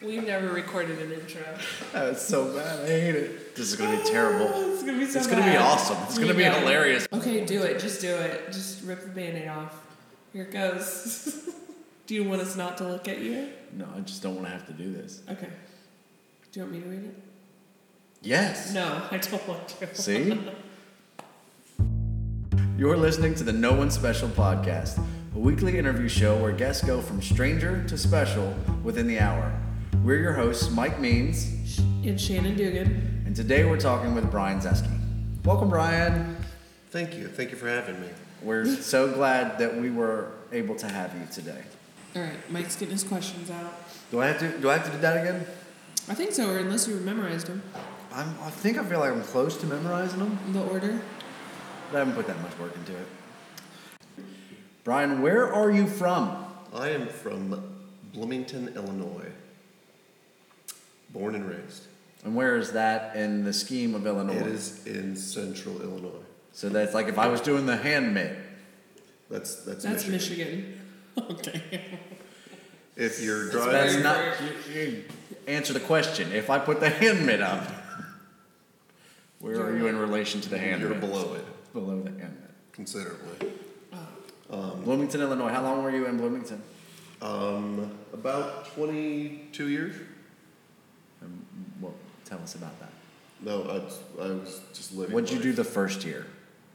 We've never recorded an intro. That's so bad. I hate it. This is gonna be terrible. It's gonna be so It's gonna be bad. awesome. It's gonna be Yeah. hilarious. Okay, do it. Just do it. Just rip the band-aid off. Here it goes. do you want us not to look at you? No, I just don't want to have to do this. Okay. Do you want me to read it? Yes. No, I don't want to. See? You're listening to the No One Special podcast, a weekly interview show where guests go from stranger to special within the hour. We're your hosts, Mike Means, Sh- And Shannon Dugan. and today we're talking with Brian Zeski. Welcome, Brian. Thank you. Thank you for having me. We're so glad that we were able to have you today. All right, Mike's getting his questions out. Do I have to? Do I have to do that again? I think so, or unless you memorized them. I'm, I think I feel like I'm close to memorizing them. The order. I haven't put that much work into it. Brian, where are you from? I am from Bloomington, Illinois. Born and raised. And where is that in the scheme of Illinois? It is in central Illinois. So that's like if I was doing the hand mitt. That's that's, That's Michigan. Michigan. Okay. If you're So driving, that's very not. You, you answer the question. If I put the hand mitt up, where are you in relation to the hand you're mitt? below it Below the hand mitt. considerably. Bloomington, Illinois. How long were you in Bloomington? Um, about 22 years. And well, tell us about that. No, I, I was just living. What'd you do life. the first year?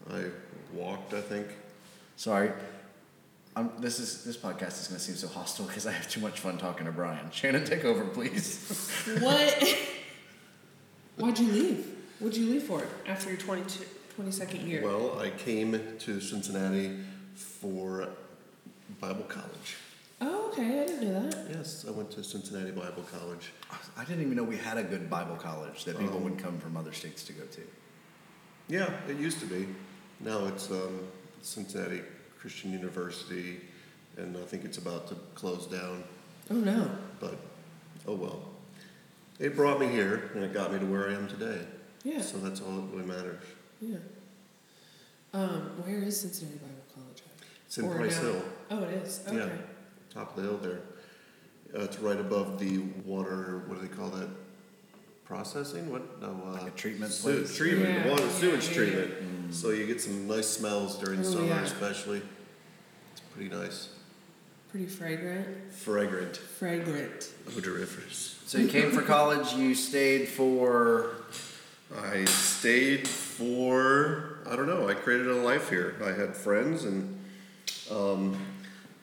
I walked. I think. Sorry. I'm, this is this podcast is going to seem so hostile because I have too much fun talking to Brian. Shannon, take over, please. What? Why'd you leave? What'd you leave for after your 22, 22nd year? Well, I came to Cincinnati for Bible college. oh, okay. I didn't know that. Yes, I went to Cincinnati Bible College. I didn't even know we had a good Bible college that people Um, would come from other states to go to. Yeah, it used to be. Now it's um, Cincinnati Christian University, and I think it's about to close down. Oh, no. But oh well, it brought me here, and it got me to where I am today. Yeah. So that's all that really matters. Yeah. Um, where is Cincinnati Bible College? It's in Or Price now? Hill, Oh, it is. Okay. Yeah. top of the hill there. Uh, it's right above the water. What do they call that? Processing? What? No. Uh, Like a treatment sew- place? Treatment. Yeah, Water yeah, sewage yeah, yeah. treatment. So you get some nice smells during Oh, summer, yeah. especially. It's pretty nice. Pretty fragrant. Fragrant. Fragrant. Odoriferous. So you came for college. You stayed for. I stayed for, I don't know, I created a life here. I had friends, and um,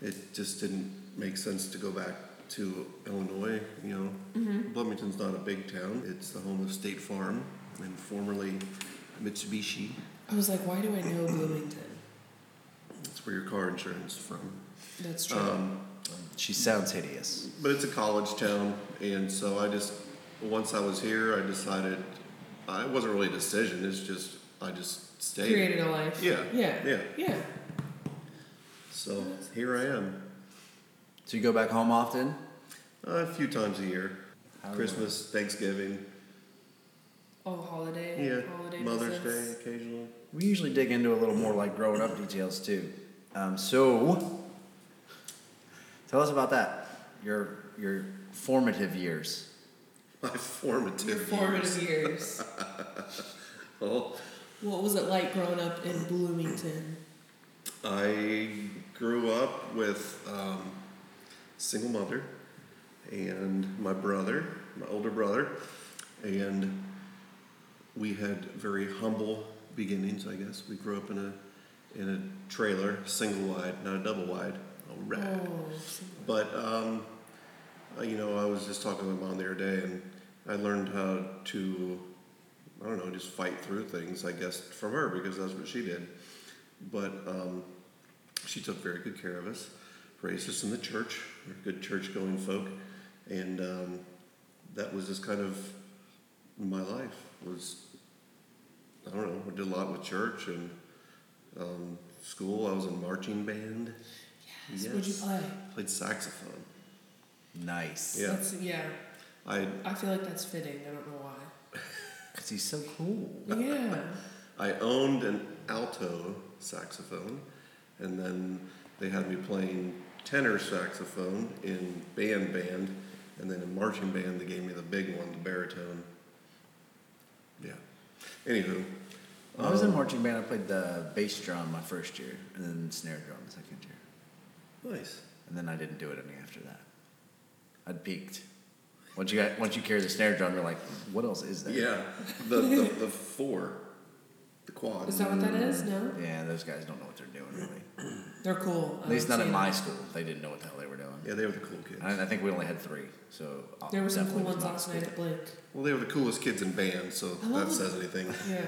it just didn't make sense to go back to Illinois. You know, Bloomington's not a big town, it's the home of State Farm and formerly Mitsubishi. I was like, why do I know Bloomington? That's where your car insurance is from. That's true. Um, She sounds hideous. But it's a college town, and so I just once I was here, I decided uh, it wasn't really a decision. It's just I just stayed. Created a life. Yeah, Yeah. yeah. Yeah. So here I am So you go back home often. a few times a year, How do Christmas, Thanksgiving, Oh, holiday. yeah, Holiday Mother's business. Day occasionally. We usually dig into a little more like growing up details too. Um, so tell us about that. Your your formative years. My formative. Oh. Your formative years. Well, What was it like growing up in Bloomington? I grew up with um, single mother and my brother, my older brother, and we had very humble beginnings. I guess we grew up in a in a trailer, single wide, not a double wide. All right. Oh, But um, I- you know, I was just talking with mom the other day, and I learned how to, I don't know, just fight through things. I guess from her because that's what she did. But um, she took very good care of us, raised us in the church. We're good church-going folk, and um, that was just kind of my life. Was I don't know. I did a lot with church and um, school. I was in marching band. yes. What'd you Yes. play? Played saxophone. Nice. Yeah. That's, yeah. I I feel like that's fitting. I don't know why. Cause he's so cool. Yeah. I owned an alto saxophone, and then they had me playing tenor saxophone in band band, And then in marching band, they gave me the big one, the baritone. Yeah. Anywho, When I was in marching band, I played the bass drum my first year, and then snare drum the second year, nice. and then I didn't do it any after that. I'd peaked. Once you got, once you carry the snare drum, you're like, what else is there? Yeah, the, the, the four, the quad. Is that what that is? No, Yeah, those guys don't know what they're doing really. they're cool. At least not in at my school. They didn't know what the hell they were doing. Yeah, they were the cool kids. And I think we only had three, so I There were some cool definitely ones was not last night at Blake. Well, they were the coolest kids in band, so I love that says anything. Yeah.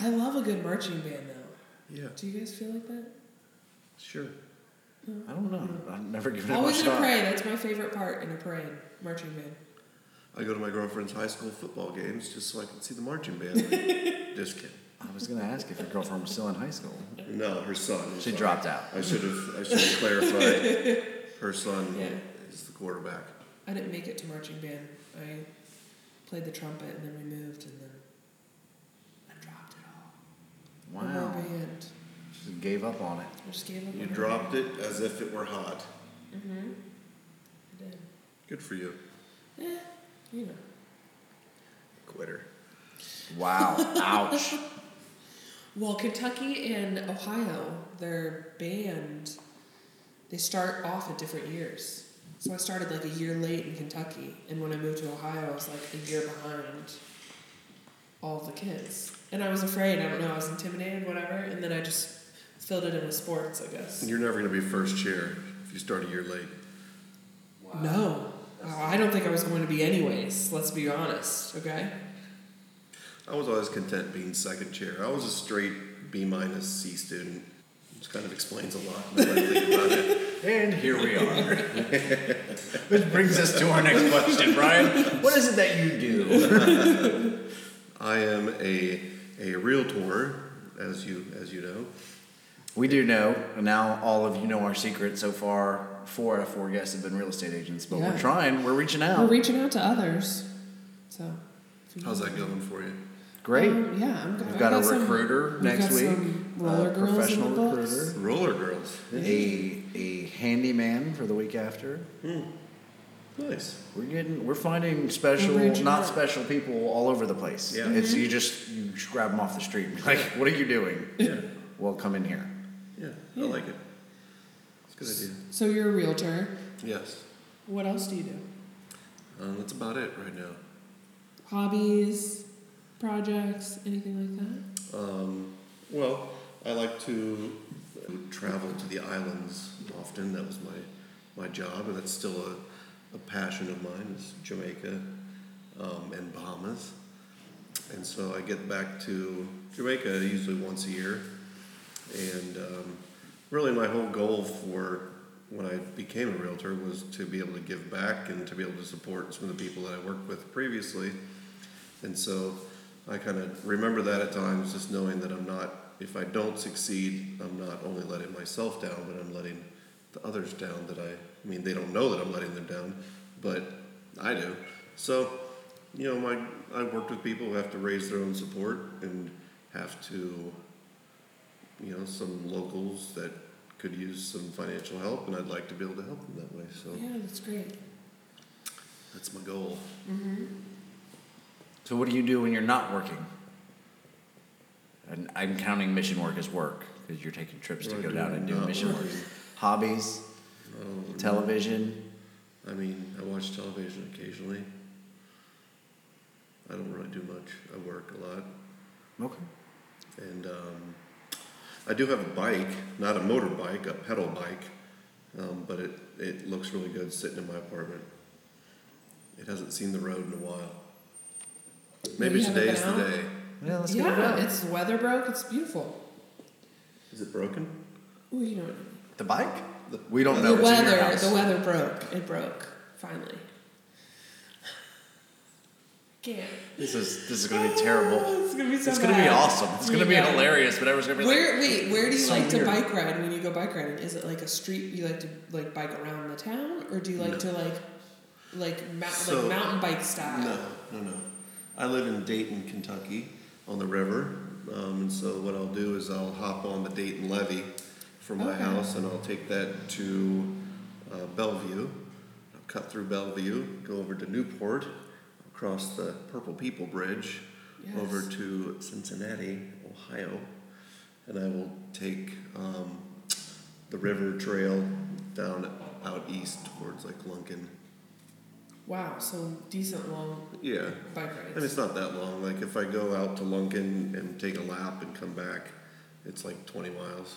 I love a good marching band though. Yeah, Do you guys feel like that? sure. I don't know. Hmm. I've never given it Always much in a thought. parade. That's my favorite part in a parade. Marching band. I go to my girlfriend's high school football games just so I can see the marching band. just kidding. I was gonna ask if your girlfriend was still in high school. No, her son. She sorry. dropped out. I should have. I should have clarified. Her son Yeah. is the quarterback. I didn't make it to marching band. I played the trumpet and then we moved and then I dropped it all. No more Wow. band. She gave up on it. I just gave up. You dropped it as if it were hot. Mm-hmm. I did. Good for you, Eh, you know. quitter. Wow. Ouch. Well, Kentucky and Ohio, their band, they start off at different years. So I started like a year late in Kentucky, and when I moved to Ohio, I was like a year behind all the kids. And I was afraid, I don't know, I was intimidated, whatever, and then I just filled it in with sports, I guess. You're never gonna be first chair if you start a year late. No. Oh, I don't think I was going to be, anyways, let's be honest, okay? I was always content being second chair. I was a straight B minus C student, which kind of explains a lot. Now that I think about it. And here we are. Which brings us to our next question, Brian. What is it that you do? I am a a realtor, as you as you know. We do know, and now all of you know our secret so far. Four out of four guests have been real estate agents, but Yeah. we're trying. We're reaching out. We're reaching out to others. So. if you- How's that going for you? Great. Um, yeah, I'm good. We've I've got a some- recruiter we've next got week, some a roller girls professional in the books. recruiter. Roller girls. A, a handyman for the week after. Nice. We're getting, we're finding special, We're reaching not out. Mm-hmm. special people all over the place. Yeah. It's you just you just grab them off the street and be like, "What are you doing?" Yeah, Well, come in here. yeah. Yeah. I like it. It's a good So you're a realtor. idea. Yes. What else do you do? Um, that's about it right now. Hobbies, projects, anything like that? Um, well, I like to travel to the islands often. That was my, my job, and that's still a, a passion of mine is Jamaica um, and Bahamas. And so I get back to Jamaica usually once a year. And um, really, my whole goal for when I became a realtor was to be able to give back and to be able to support some of the people that I worked with previously. And so I kind of remember that at times, just knowing that I'm not, if I don't succeed, I'm not only letting myself down, but I'm letting the others down that I, I mean, they don't know that I'm letting them down, but I do. So, you know, my, I worked with people who have to raise their own support and have to, you know, some locals that could use some financial help, and I'd like to be able to help them that way. So Yeah, that's great. that's my goal. So, what do you do when you're not working? And I'm counting mission work as work because you're taking trips to What go do down I and do do Oh, not mission work. working? Hobbies, Oh, television. I mean, I watch television occasionally. I don't really do much. I work a lot, Okay. and um, I do have a bike, not a motorbike, a pedal bike, um, but it it looks really good sitting in my apartment. It hasn't seen the road in a while. Maybe You haven't today's been the out? day. Yeah, let's get it yeah, out. it's the weather broke. It's beautiful. Is it broken? Ooh, you know what I mean. the bike. We don't know. the it's in your weather. house. The weather broke. It broke finally. Can't. This is this is gonna be terrible. It's gonna be so It's gonna be bad. awesome. It's gonna be Oh, Yeah. hilarious, but everyone's gonna be like, Where wait, where do you So like to weird. bike ride when you go bike riding? Is it like a street you like to like bike around the town, or do you like No. to like like mou- So- like mountain bike style? No, no, no. I live in Dayton, Kentucky, on the river, um, and so what I'll do is I'll hop on the Dayton levee from my Okay. house, and I'll take that to uh, Bellevue. cut through Bellevue, go over to Newport, across the Purple People Bridge, Yes. over to Cincinnati, Ohio, and I will take um, the river trail down out east towards like Lunkin. Wow, so decent long Yeah, bike and rides. it's not that long. Like if I go out to Lunkin and take a lap and come back, it's like 20 miles.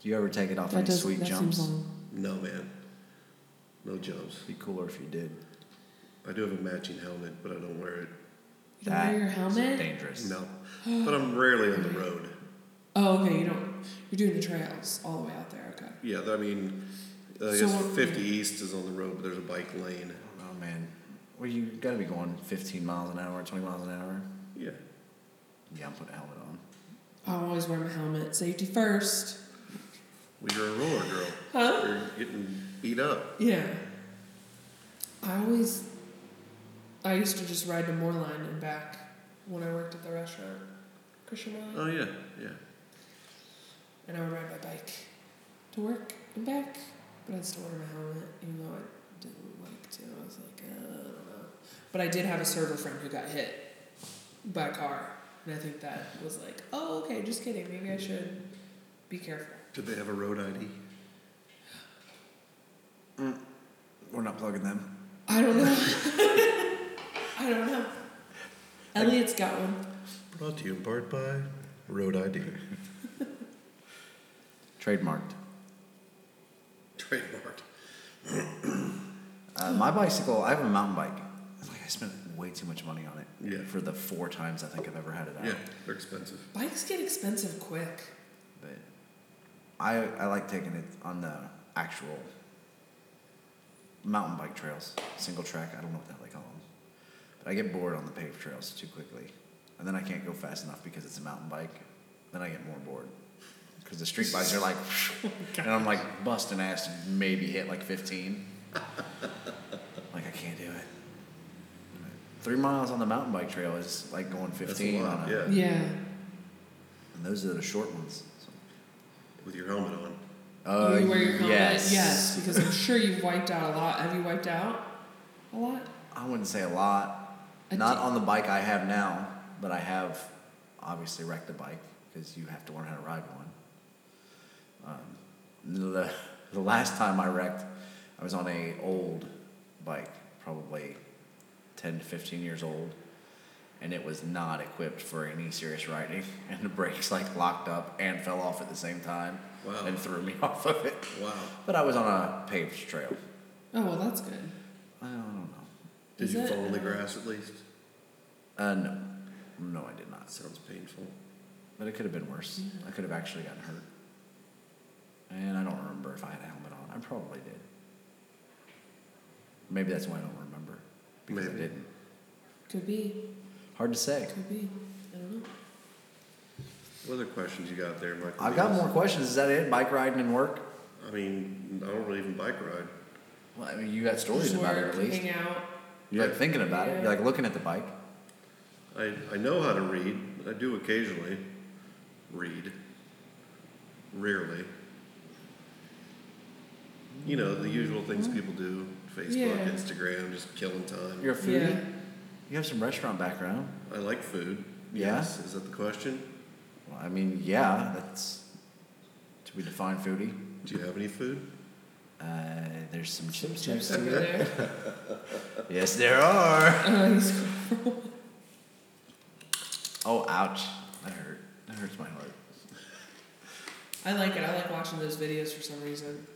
Do you ever take it off any sweet jumps? long. No man, no jumps. Be cooler if you did. I do have a matching helmet, but I don't wear it. You don't wear your is helmet? Dangerous. No, but I'm rarely on the road. Oh, okay, you don't. You're doing the trails all the way out there, okay. Yeah, I mean, I So guess what- 50 East is on the road, but there's a bike lane. Oh man, well you got to be going 15 miles an hour, 20 miles an hour. Yeah. Yeah, I'm putting a helmet on. I always wear my helmet. Safety first. Well, you're a roller girl. Huh? You're getting beat up. Yeah. I always. I used to just ride to Moorline and back when I worked at the restaurant, Christian Moorline. Oh, yeah, yeah. and I would ride my bike to work and back, but I'd still wear my helmet, even though I didn't like to. I was like, uh, I don't know. But I did have a server friend who got hit by a car, and I think that was like, oh, okay, just kidding. Maybe I should be careful. Did they have a road ID? We're not plugging them. I don't know. I don't know. Elliot's got one. Brought to you in part by Road ID. Trademarked. Trademarked. Uh, my bicycle. I have a mountain bike. It's Like I spent way too much money on it. Yeah. For the four times I think I've ever had it out. Yeah, they're expensive. Bikes get expensive quick. But I I like taking it on the actual mountain bike trails, single track. I don't know what the hell they call them, but I get bored on the paved trails too quickly, and then I can't go fast enough because it's a mountain bike. Then I get more bored because the street bikes are like, and I'm like busting ass to maybe hit like 15. like I can't do it. Three miles on the mountain bike trail is like going 15 lot, on a, yeah. Yeah. and those are the short ones. So With your helmet on. Uh, you wear your helmet. Yes. yes, because I'm sure you've wiped out a lot. Have you wiped out a lot? I wouldn't say a lot. A Not di- on the bike I have now, but I have obviously wrecked the bike because you have to learn how to ride one. Um, the, the last time I wrecked, I was on a old bike, probably 10 to 15 years old, and it was not equipped for any serious riding. And the brakes like locked up and fell off at the same time Wow. and threw me off of it. Wow. But I was on a paved trail. Oh well, that's good. I don't know. Did Is you it- fall in the grass at least? Uh, no. No, I did not. That sounds painful. But it could have been worse. Yeah. I could have actually gotten hurt. And I don't remember if I had a helmet on. I probably did. Maybe that's why I don't remember. Because Maybe. I didn't. Could be. Hard to say. Could be. I don't know. What other questions you got there, Michael? I've got Beals? more questions. Is that it? Bike riding and work? I mean, I don't really even bike ride. Well, I mean, you got stories about it Work, at least. Hang out. You're like thinking about it. Yeah. You're like looking at the bike. I, I know how to read. I do occasionally read. Rarely. You know, the usual things people do Facebook, Mm-hmm. Yeah. Instagram, just killing time. You're a foodie. Yeah. You have some restaurant background. I like food. Yeah? Yes. Is that the question? Well, I mean, yeah, that's to be defined foodie. Do you have any food? Uh, there's some chips Chips next to over you. there. Yes, there are. Uh, he's- Oh, ouch. That hurt. That hurts my heart. I like it. I like watching those videos for some reason.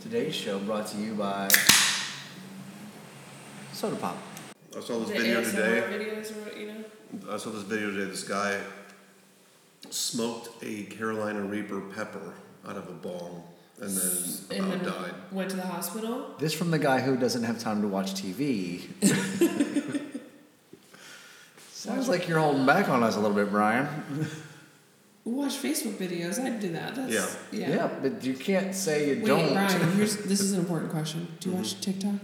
Today's show brought to you by Soda Pop. I saw this the video ASMR today. videos, or what, you know. I saw this video today. This guy smoked a Carolina Reaper pepper out of a bong and then And about then died. went to the hospital. This from the guy who doesn't have time to watch TV. Sounds like you're holding back on us a little bit, Brian. Watch Facebook videos. I'd do that. That's, Yeah. Yeah. but you can't say you Wait, don't. Brian. Here's this is an important question. Do you watch TikTok?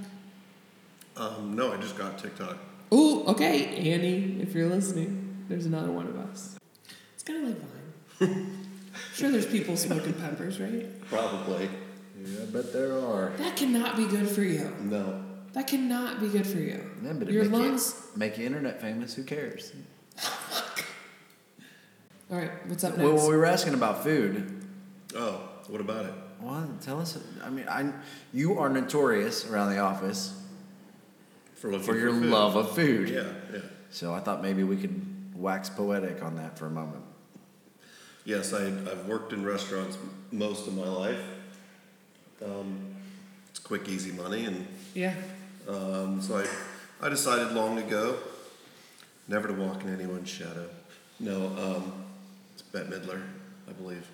Um, no, I just got TikTok. Ooh, okay, Annie, if you're listening, there's another one of us. It's kind of like Vine. sure, there's people smoking peppers, right? Probably. Yeah, I bet there are. That cannot be good for you. No. That cannot be good for you. Yeah, but it Your make lungs. You, make you internet famous. Who cares? All right, what's up next? Well, we were asking about food. Oh, what about it? Well, tell us. I mean, I you are notorious around the office For, looking for your food. love of food. Yeah, yeah. So I thought maybe we could wax poetic on that for a moment. Yes, I, I've worked in restaurants m- most of my life. Um, it's quick, easy money, and yeah. um, so I, I decided long ago never to walk in anyone's shadow. No, um, it's Bette Midler, I believe.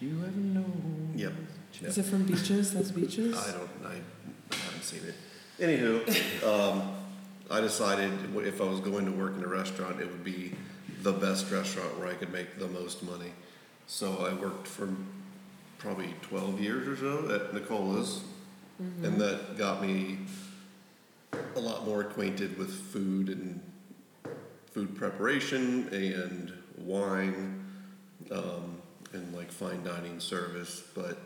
Do you ever know? Yep. Is it from Beaches? That's Beaches? I don't. I haven't seen it. Anywho, um, I decided if I was going to work in a restaurant, it would be the best restaurant where I could make the most money. So I worked for probably 12 years or so at Nicola's, and that got me a lot more acquainted with food and food preparation and wine um, and like fine dining service, but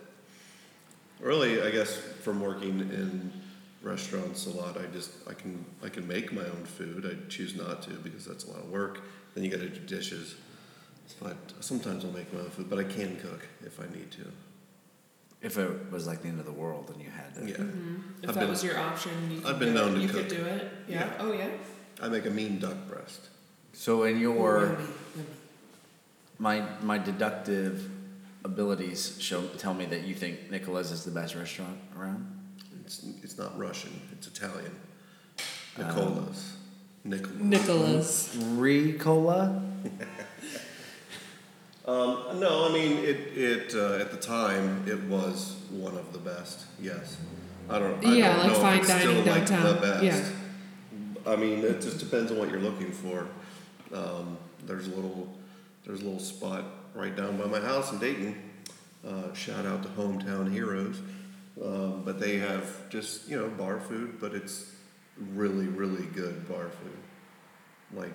really i guess from working in restaurants a lot i just i can i can make my own food i choose not to because that's a lot of work then you got to do dishes but sometimes i'll make my own food but i can cook if i need to If it was like the end of the world and you had to. yeah Mhm. If I've that been- was your option, you could I've been do it. known to You cook. could do it. Yeah. Yeah. Oh, yeah. i make a mean duck breast So in your Yummy, yummy. my my deductive abilities show tell me that you think Nicola's is the best restaurant around. it's, it's not russian it's italian Um, nicolas nicolas Nicholas. Ricola. um, no i mean it it uh, at the time it was one of the best yes i don't I Yeah, don't like know if fine it's still, dining like, downtown. the best. Yeah. I mean, it just depends on what you're looking for. Um, there's a little, there's a little spot right down by my house in Dayton. Uh, shout out to Hometown Heroes, um, but they have just you know bar food, but it's really really good bar food, like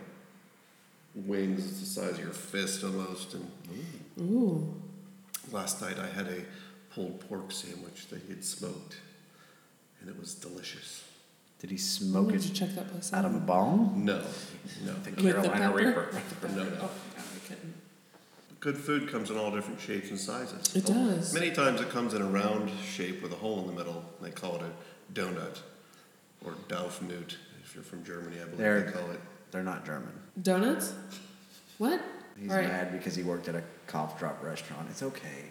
wings the size of your fist almost. And Ooh. last night I had a pulled pork sandwich that he had smoked, and it was delicious. Did he I'm smoke going it to check that place out. out of a bong? No, no. The With the Carolina pepper? Reaper. With the No, pepper. Oh, no. my God, I couldn't. Good food comes in all different shapes and sizes. It does. Many times it comes in a round shape with a hole in the middle. and They call it a donut or Daufnut if you're from Germany, I believe There. they call it. They're not German. Donuts? What? He's All right. mad because he worked at a cough drop restaurant. It's okay.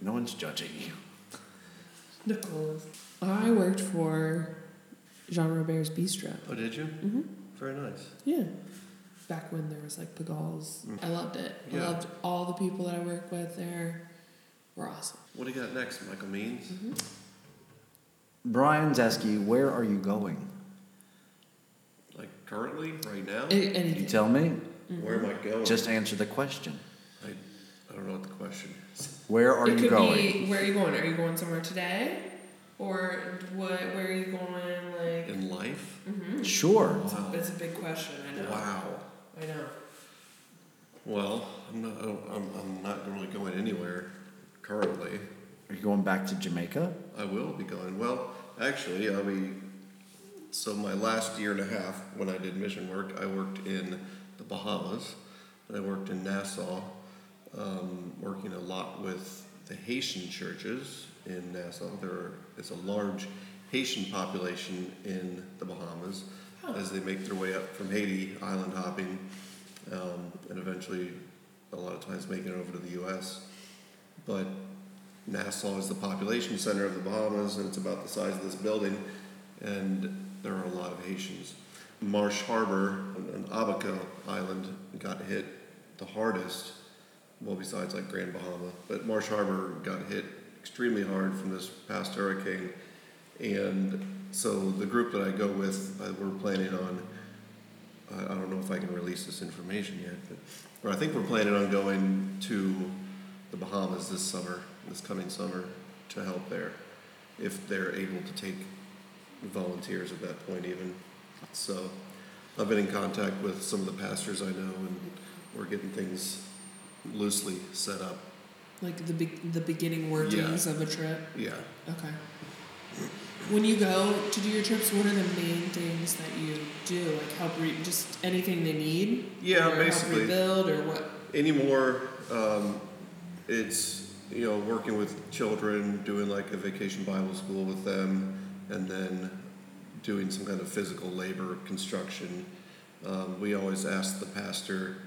No one's judging you. Nicholas. I worked for Jean Robert's Bistro. Oh, did you? Mm-hmm. Very nice. Yeah. Back when there was like the Gauls. Mm. I loved it. I Yeah. loved all the people that I worked with there. Were awesome. What do you got next, Michael Means? Brian's asking you, where are you going? Mm-hmm. Like currently, right now? A- You anything. tell me. Where am I going? Just answer the question. I, I don't know what the question is. Where are it you could going? be where are you going? Are you going somewhere today? Or what where are you going like In life? mm-hmm. Sure. it's, a, it's a big question, I know. Wow. I know. Well, I'm not, I don't- I'm, I'm not really going anywhere currently. Are you going back to Jamaica? I will be going. Well, actually, I'll be. So my last year and a half, when I did mission work, I worked in the Bahamas, and I worked in Nassau, um, working a lot with the Haitian churches in Nassau. There is a large Haitian population in the Bahamas Huh. as they make their way up from Haiti, island hopping, um, and eventually, a lot of times, making it over to the U.S. But Nassau is the population center of the Bahamas, and it's about the size of this building, and there are a lot of Haitians. Marsh Harbor on Abaco Island got hit the hardest, well, besides like Grand Bahama, but Marsh Harbor got hit extremely hard from this past hurricane. And so the group that I go with, I, we're planning on, I, I don't know if I can release this information yet, but or I think we're planning on going to the Bahamas this summer, this coming summer, to help there, if they're able to take volunteers at that point even. So I've been in contact with some of the pastors I know, and we're getting things loosely set up Like the be- the beginning workings of a trip. Yeah. Okay. When you go to do your trips, what are the main things that you do? Like help re- just anything they need. Yeah, or basically. Help rebuild or what? Anymore, um, it's you know working with children, doing like a vacation Bible school with them, and then doing some kind of physical labor construction. Um, we always ask the pastor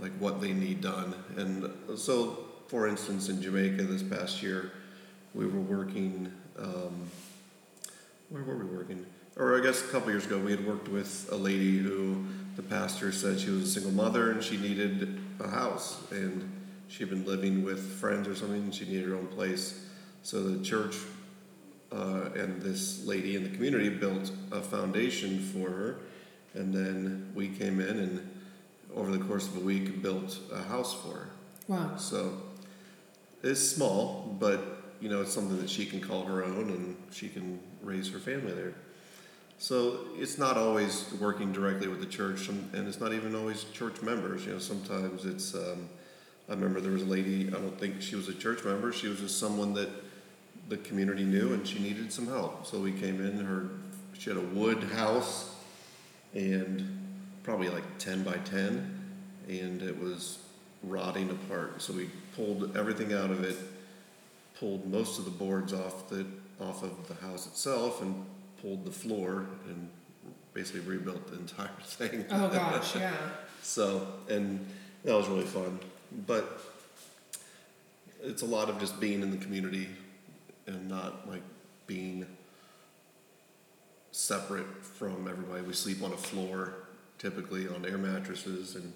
like what they need done, and uh, so for instance, in Jamaica this past year, we were working. Um, where were we working? Or I guess a couple years ago, we had worked with a lady who the pastor said she was a single mother and she needed a house, and she'd been living with friends or something, and she needed her own place. So the church uh, and this lady in the community built a foundation for her, and then we came in and over the course of a week built a house for her. Wow. So it's small, but you know, it's something that she can call her own and she can raise her family there. So it's not always working directly with the church, some- and it's not even always church members. You know, sometimes it's. Um, I remember there was a lady. I don't think she was a church member. She was just someone that the community knew, and she needed some help. So we came in. Her she had a wood house, and probably like ten by ten, and it was rotting apart. So we pulled everything out of it, pulled most of the boards off the off of the house itself, and pulled the floor and basically rebuilt the entire thing. Oh gosh, yeah. So, and that was really fun. But it's a lot of just being in the community and not like being separate from everybody. We sleep on a floor, typically on air mattresses, and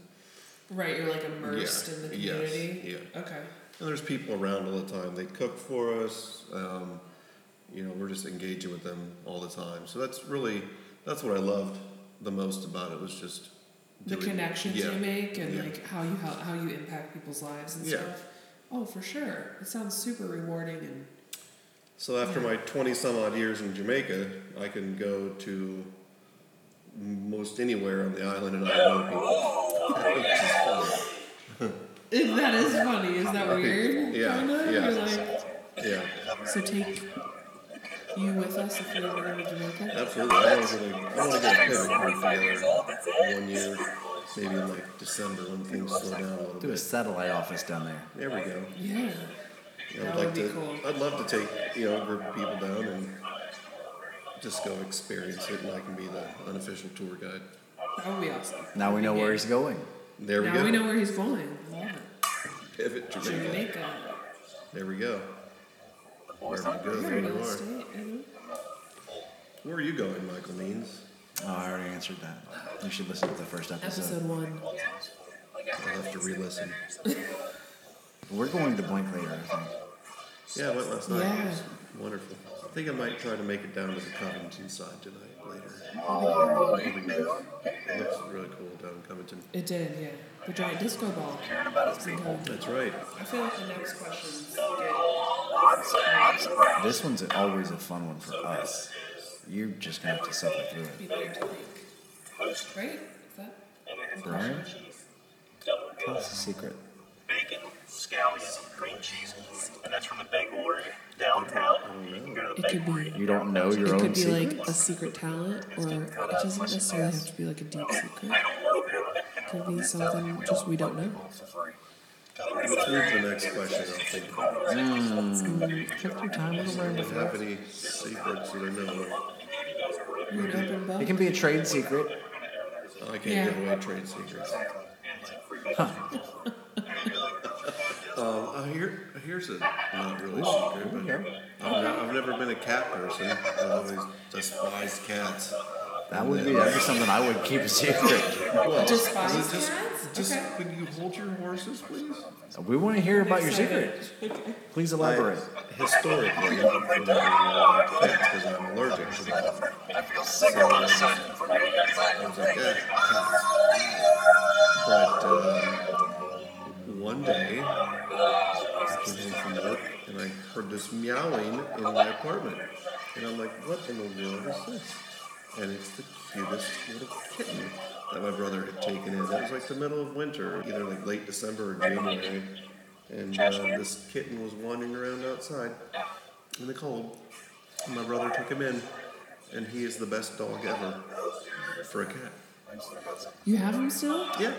Right, you're like immersed yeah, in the yes, community. yeah. Okay. And there's people around all the time. They cook for us. Um, you know, we're just engaging with them all the time. So that's really that's what I loved the most about it was just The doing- connections yeah. you make and yeah. like how you help, how you impact people's lives and Yeah. stuff. Oh, for sure. It sounds super rewarding and So after my 20 some odd years in Jamaica, I can go to most anywhere on the island and I know people. Which is fun. If that is funny. Is that weird? Yeah, Kinda? You're yeah. like, Yeah, so take you with us if you're ever in Jamaica. absolutely. I want to get a, I want to get a pivot card together one year, maybe in like December when things slow down a little Do a bit. satellite office down there. There we go. Yeah. I That would would like be to. cool. I'd love to take you know a group of people down and just go experience it, and I can be the unofficial tour guide. That would be awesome. Now we know where Yeah. he's going. There we now go. we know where he's going. Love it. Pivot Jamaica. Jamaica. There we go. Where we go, there Very you nice are. state. mhm. Where are you going, Michael Means? Oh, I already answered that. You should listen to the first episode. Episode one. I'll have to re-listen. We're going to Blink later, I think. Yeah, I went last night. It Yeah. was wonderful. I think I might try to make it down to the Covington side tonight later. Oh, Probably north. It looks really cool down in Covington. It did, yeah. The giant disco ball. That's right. I feel like the next question's This one's always a fun one for us. You're just gonna have to suffer through it. be weird to think. Right? Is that? Brian? Tell us a secret. bacon, scallions, cream cheese, and that's from the bakery downtown. You can go to the It could bakery. be. You don't know your It own could be secret? like a secret talent, or it doesn't necessarily have to be like a deep secret. It could be something just we don't know. Let's move to the next question. I'll think about it. Mm. Check your time. We'll learn Do you have any secrets that are known? You're an open It book. can be a trade secret. I can't Yeah. give away trade secrets. Um, uh, here, here's a not really secret, but Okay. I've, ne- I've never been a cat person. I've always despised cats. That would be that'd be something I would keep a secret. Well, Despise is it just, cats? Just Okay. could you hold your horses, please? We want to hear about your secret. Please elaborate. I, historically, I've been around cats because uh, I'm allergic to them. So I was, I was like, eh, cats. But uh, one day, I came home from work and I heard this meowing in my apartment, and I'm like, what in the world is this? And it's the cutest little kitten that my brother had taken in. That was like the middle of winter, either like late December or January. and Trash uh, can. Oh. this kitten was wandering around outside in the cold. And my brother took him in, and he is the best dog ever for a cat. You have him still? Yeah,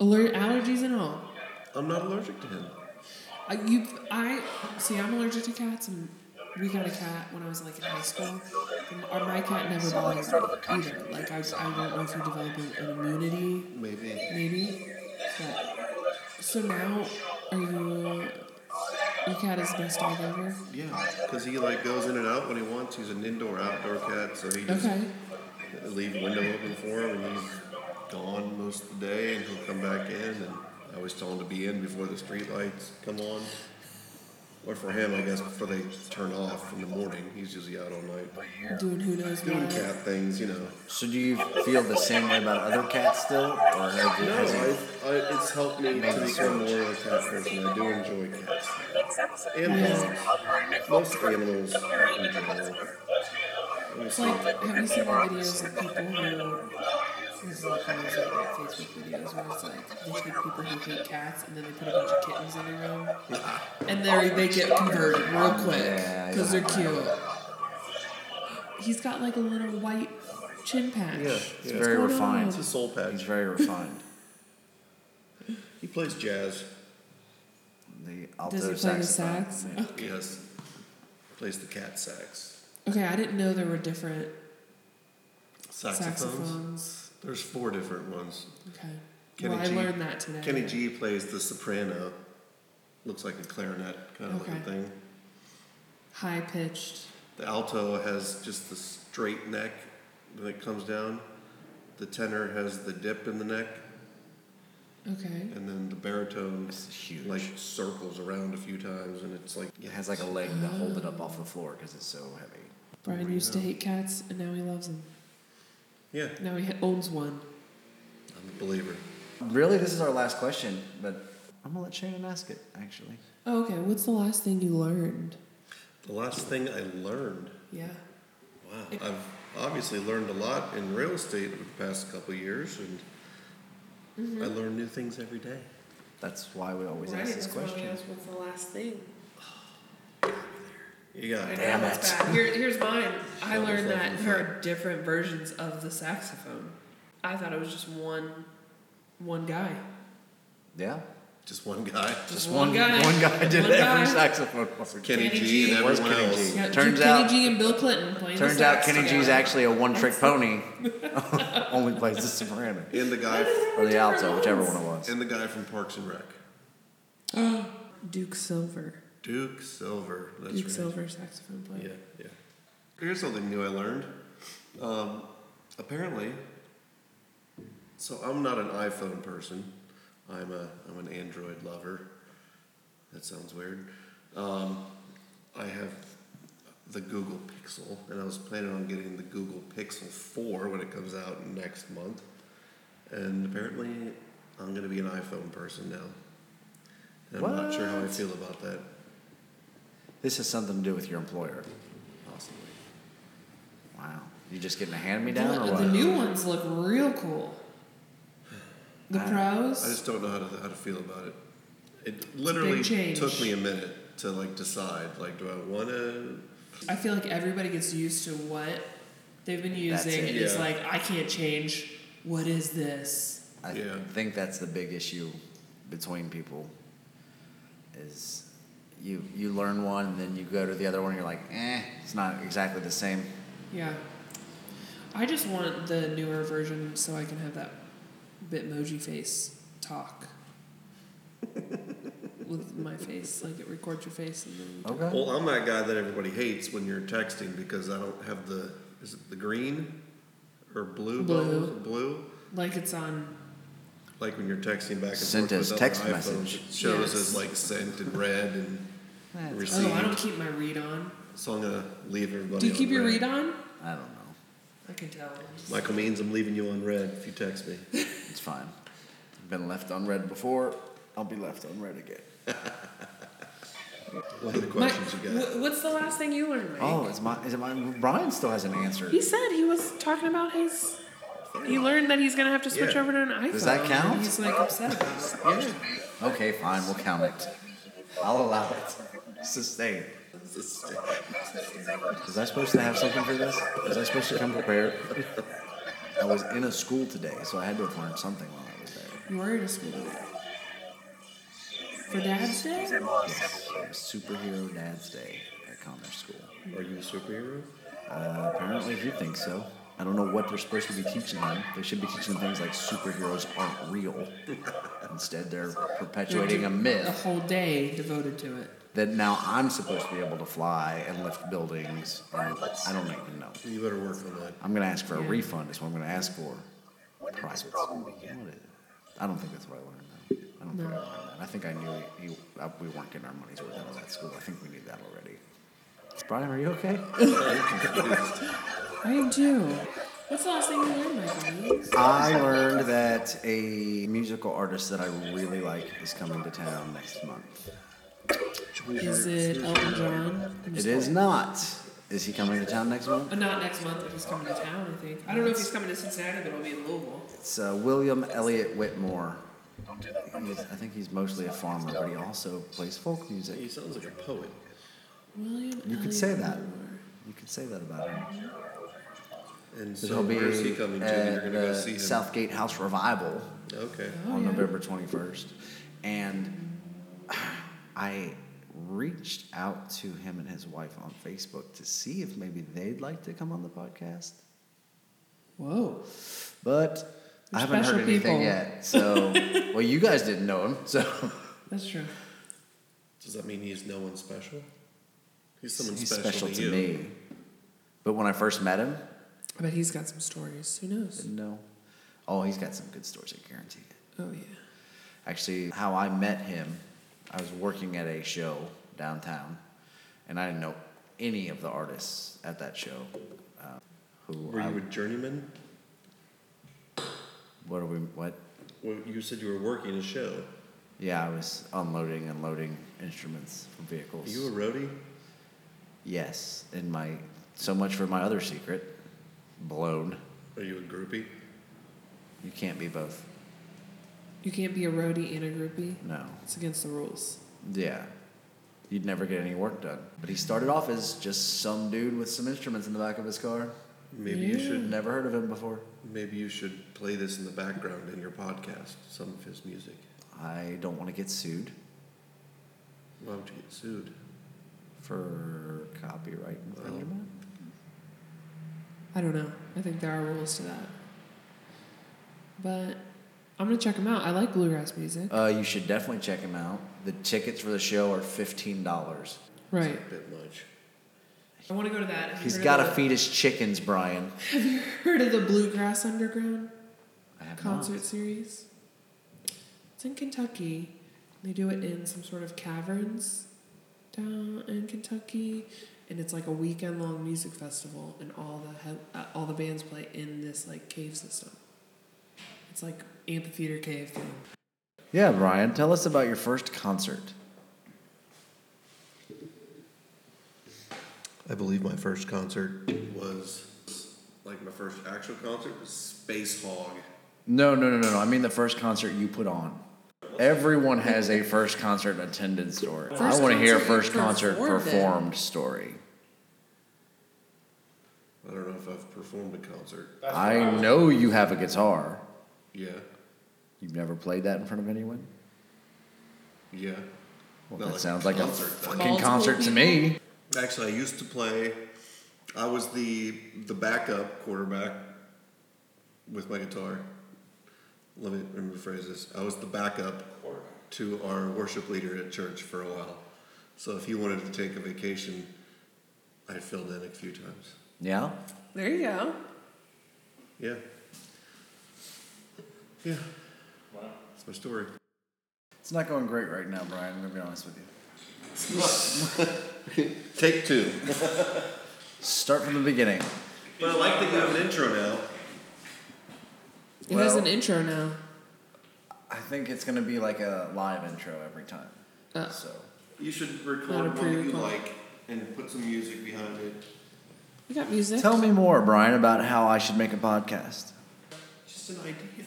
Alert allergies and all. I'm not allergic to him. I, you, I see. I'm allergic to cats, and we got a cat when I was like in high school. And our- my cat never bothered me either. Like I, I don't know if you develop an, an immunity, Maybe. maybe. But, so now, are you? Your cat is best dog ever. Yeah, because he like goes in and out when he wants. He's an indoor outdoor cat, so he just Okay. leave the window open for him, and he's gone most of the day, and he'll come back in. And I always tell him to be in before the street lights come on, or for him, I guess, before they turn off in the morning. He's usually out all night Doing who knows doing what. cat things, you know. So do you feel the same way about other cats still, or have you? No, has it- I, I, it's helped me to become more of a cat person. I do enjoy cats and dogs, most animals in general. It's like, have you seen the videos of people who, this is like one of those like, Facebook videos where it's like, they take people who hate cats and then they put a bunch of kittens in their room and they they get converted real quick Yeah, because yeah. they're cute. He's got like a little white chin patch. Yeah, It's yeah. very going refined. It's a soul He's patch. very refined. He plays jazz. The Does he alto play the saxophone. sax? Yeah. Yes. Plays the cat sax. Okay, I didn't know there were different saxophones. There's four different ones. Okay. Kenny well, I G- learned that today. Kenny G plays the soprano. Looks like a clarinet kind of looking Okay. thing. High pitched. The alto has just the straight neck when it comes down. The tenor has the dip in the neck, Okay. and then the baritone It's huge. like circles around a few times, and it's like it has like a leg to hold it up off the floor because it's so heavy. Brian used to hate cats and now he loves them. yeah, Now he owns one. I'm a believer. Really, this is our last question, but I'm gonna let Shannon ask it. Actually, Oh, okay. What's the last thing you learned? The last thing I learned. Yeah. Wow, I've obviously learned a lot in real estate over the past couple of years, and I learn new things every day. that's why we always ask this question. What's the last thing? You got it. Damn That's it. bad. Here, here's mine. I Shove learned yourself that in the there are different versions of the saxophone. I thought it was just one, one guy. Yeah, just one guy. just one one guy. One guy did One guy. every saxophone. Kenny Kenny, G, G. and Where's everyone Kenny else. G? Yeah, Turns Kenny out- G and Bill Clinton playing Turns the out sax Kenny G's together. actually a one-trick pony. Only plays the soprano and the guy or the alto, whichever one it was. and the guy from Parks and Rec, Duke Silver. Duke Silver. That's Duke right. Silver saxophone player. Yeah, yeah. Here's something new I learned. Um, apparently, so I'm not an iPhone person. I'm a I'm an Android lover. That sounds weird. Um, I have the Google Pixel, and I was planning on getting the Google Pixel 4 when it comes out next month. And apparently, I'm going to be an iPhone person now. And I'm not sure how I What? feel about that. This has something to do with your employer. Possibly. Wow, you just getting a hand-me-down or The, what? the new ones look real cool. The I- pros. I just don't know how to, how to feel about it. It literally change. took me a minute to like decide. Like, do I want to? I feel like everybody gets used to what they've been using. it, and It's yeah. like I can't change. What is this? I Yeah. think that's the big issue between people is you you learn one and then you go to the other one and you're like, eh, it's not exactly the same. Yeah. I just want the newer version so I can have that Bitmoji face talk with my face, like it records your face and then. Okay. Well, I'm that guy that everybody hates when you're texting because I don't have the is it the green or blue Blue. bubbles? Blue. Like it's on. Like when you're texting back and Sent forth as with other text iPhones, message. it shows Yes. as like sent and read and That's- received. Oh, I don't keep my read on. so I'm gonna leave everybody. Do you on keep your red. read on? I don't know. I can tell. Michael means I'm leaving you on red if you text me. It's fine. I've been left unread before. I'll be left unread again. What are the Mike, questions you got? Oh, wh- what's the last thing you learned, Mike? Oh, is my is it my Brian still hasn't answered. He said he was talking about his He learned that he's gonna have to switch Yeah. over to an iPhone. Does that count? and He's like upset about it. Yeah. Okay, fine. We'll count it. I'll allow it. Sustain. Sustain. Was I supposed to have something for this? Was I supposed to come prepared? I was in a school today, so I had to have learned something while I was there. You were in a school today. For Dad's Day? Yes, it was Superhero Dad's Day at Commerce School. Are you a superhero? Uh, apparently, if you think so. I don't know what they're supposed to be teaching them. They should be teaching them things like superheroes aren't real. Instead, they're perpetuating a myth. A whole day devoted to it. that now I'm supposed to be able to fly and lift buildings. And I don't even know. You better work on that. I'm going to ask for a refund, is what I'm going to ask for. Profits. What is it? I don't think that's what I learned, though. I don't think I learned that. I think I knew he, he, uh, we weren't getting our money's worth out of that school. I think we knew that already. Brian, are you okay? I do. What's the last thing you learned, Michael? I learned that a musical artist that I really like is coming to town next month. Is it Elton John? I'm It just- is not. Is he coming to town next month? Uh, Not next month, but he's coming to town, I think. I don't know if he's coming to Cincinnati, but it'll be in Louisville. It's uh, William Elliott Whitmore. He's, I think he's mostly a farmer, but he also plays folk He music. sounds like a poet. William You could Elliott say that. Moore. You could say that about him. And So so he'll be where's he coming to? that You're at gonna go the see him. Southgate House Revival Okay. Oh, on yeah. November 21st, and I reached out to him and his wife on Facebook to see if maybe they'd like to come on the podcast, Whoa. but I They're haven't heard special anything people. yet. So, well, you guys didn't know him, so. That's true. Does that mean he's no one special? He's someone He's special special, to, to you. me. But when I first met him, I bet he's got some stories. Who knows? didn't know. Oh, he's got some good stories, I guarantee it. Oh, yeah. Actually, how I met him, I was working at a show downtown, and I didn't know any of the artists at that show. Uh, who Were I, you a journeyman? What are we? What? Well, you said you were working a show. Yeah, I was unloading and loading instruments from Are vehicles. you a roadie? yes, in my so much for my other secret, blown. Are you a groupie? You can't be both. You can't be a roadie and a groupie. No. It's against the rules. Yeah. You'd never get any work done. But he started off as just some dude with some instruments in the back of his car. Maybe you should. Never heard of him before. Maybe you should play this in the background in your podcast. Some of his music. I don't want to get sued Why would you get sued? for copyright infringement. I don't know. I think there are rules to that. But I'm going to check him out. I like bluegrass music. Uh, you should definitely check him out. The tickets for the show are fifteen dollars. right. A bit much. I want to go to that. Have you He's heard got to of the- feed his chickens, Brian. Heard of the Bluegrass Underground I have concert not. series? It's in Kentucky. They do it in some sort of caverns down in Kentucky, and it's like a weekend long music festival, and all the ho- uh, all the bands play in this like cave system. It's like amphitheater cave thing. Yeah, Brian. Tell us about your first concert. I believe my first concert was like my first actual concert was Space Hog. No, no, no, no, no. I mean the first concert you put on. Everyone has a first concert attendance story. I First want to hear a concert you first concert performed in. performed story. I don't know if I've performed a concert. I know you have a guitar. Yeah, You've never played that in front of anyone? yeah. Well, Not that like a sounds like a concert, though. fucking Multiple concert to me. Actually, I used to play. I was the the backup quarterback with my guitar. Let me, let me rephrase this. I was the backup to our worship leader at church for a while. So if he wanted to take a vacation, I filled in a few times. Yeah? There you go. Yeah. Yeah. Wow. That's my story. It's not going great right now, Brian. I'm going to be honest with you. Take two. Start from the beginning. But I like that you have an intro now. It has Well- an intro now. I think it's going to be like a live intro every time. Uh, So, You should Not a record one that you pre-record. like and put some music behind it. we got music. tell me more, Brian, about how I should make a podcast. just an idea.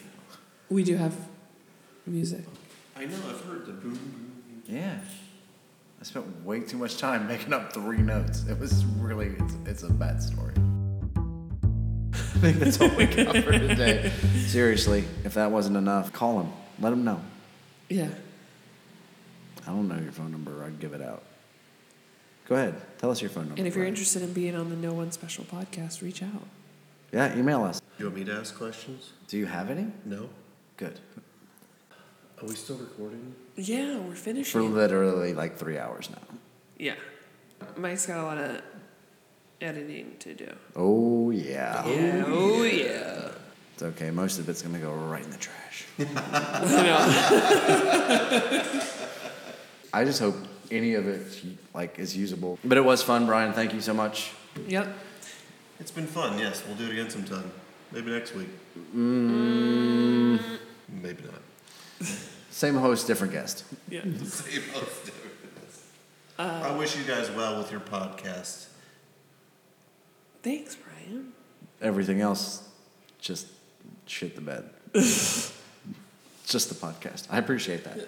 We do have music. I know, I've heard the boom, boom. Yeah. I spent way too much time making up three notes. It was really, it's, it's a bad story. I think that's all we got for today. Seriously, if that wasn't enough, call him. Let him know. Yeah. I don't know your phone number. I'd give it out. Go ahead. Tell us your phone number. And if you're Brian. interested in being on the No One Special podcast, reach out. Yeah, email us. You want me to ask questions? Do you have any? No. Good. Are we still recording? Yeah, we're For finishing. literally like three hours now. yeah. Mike's got a lot of editing to do. Oh, yeah. Yeah. Oh, yeah. It's okay. Most of it's going to go right in the trash. Oh, I just hope any of it like is usable. But it was fun, Brian. Thank you so much. Yep. It's been fun. Yes, we'll do it again sometime. Maybe next week. Mm. Maybe not. Same host, different guest. Yeah. Same host, different Uh. host. I wish you guys well with your podcast. Thanks, Brian. Everything else, just shit the bed. just the podcast. I appreciate that.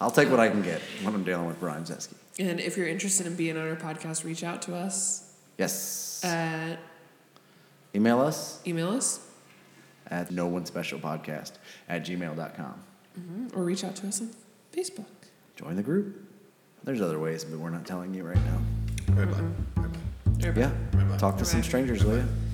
I'll take what I can get when I'm dealing with Brian Zesky. And if you're interested in being on our podcast, reach out to us Yes. at Email us email us at no one special podcast at gmail.com. or reach out to us on Facebook. Join the group. There's other ways, but we're not telling you right now. Right, bye. Right, bye. Yeah. Talk to some Right. strangers, will you?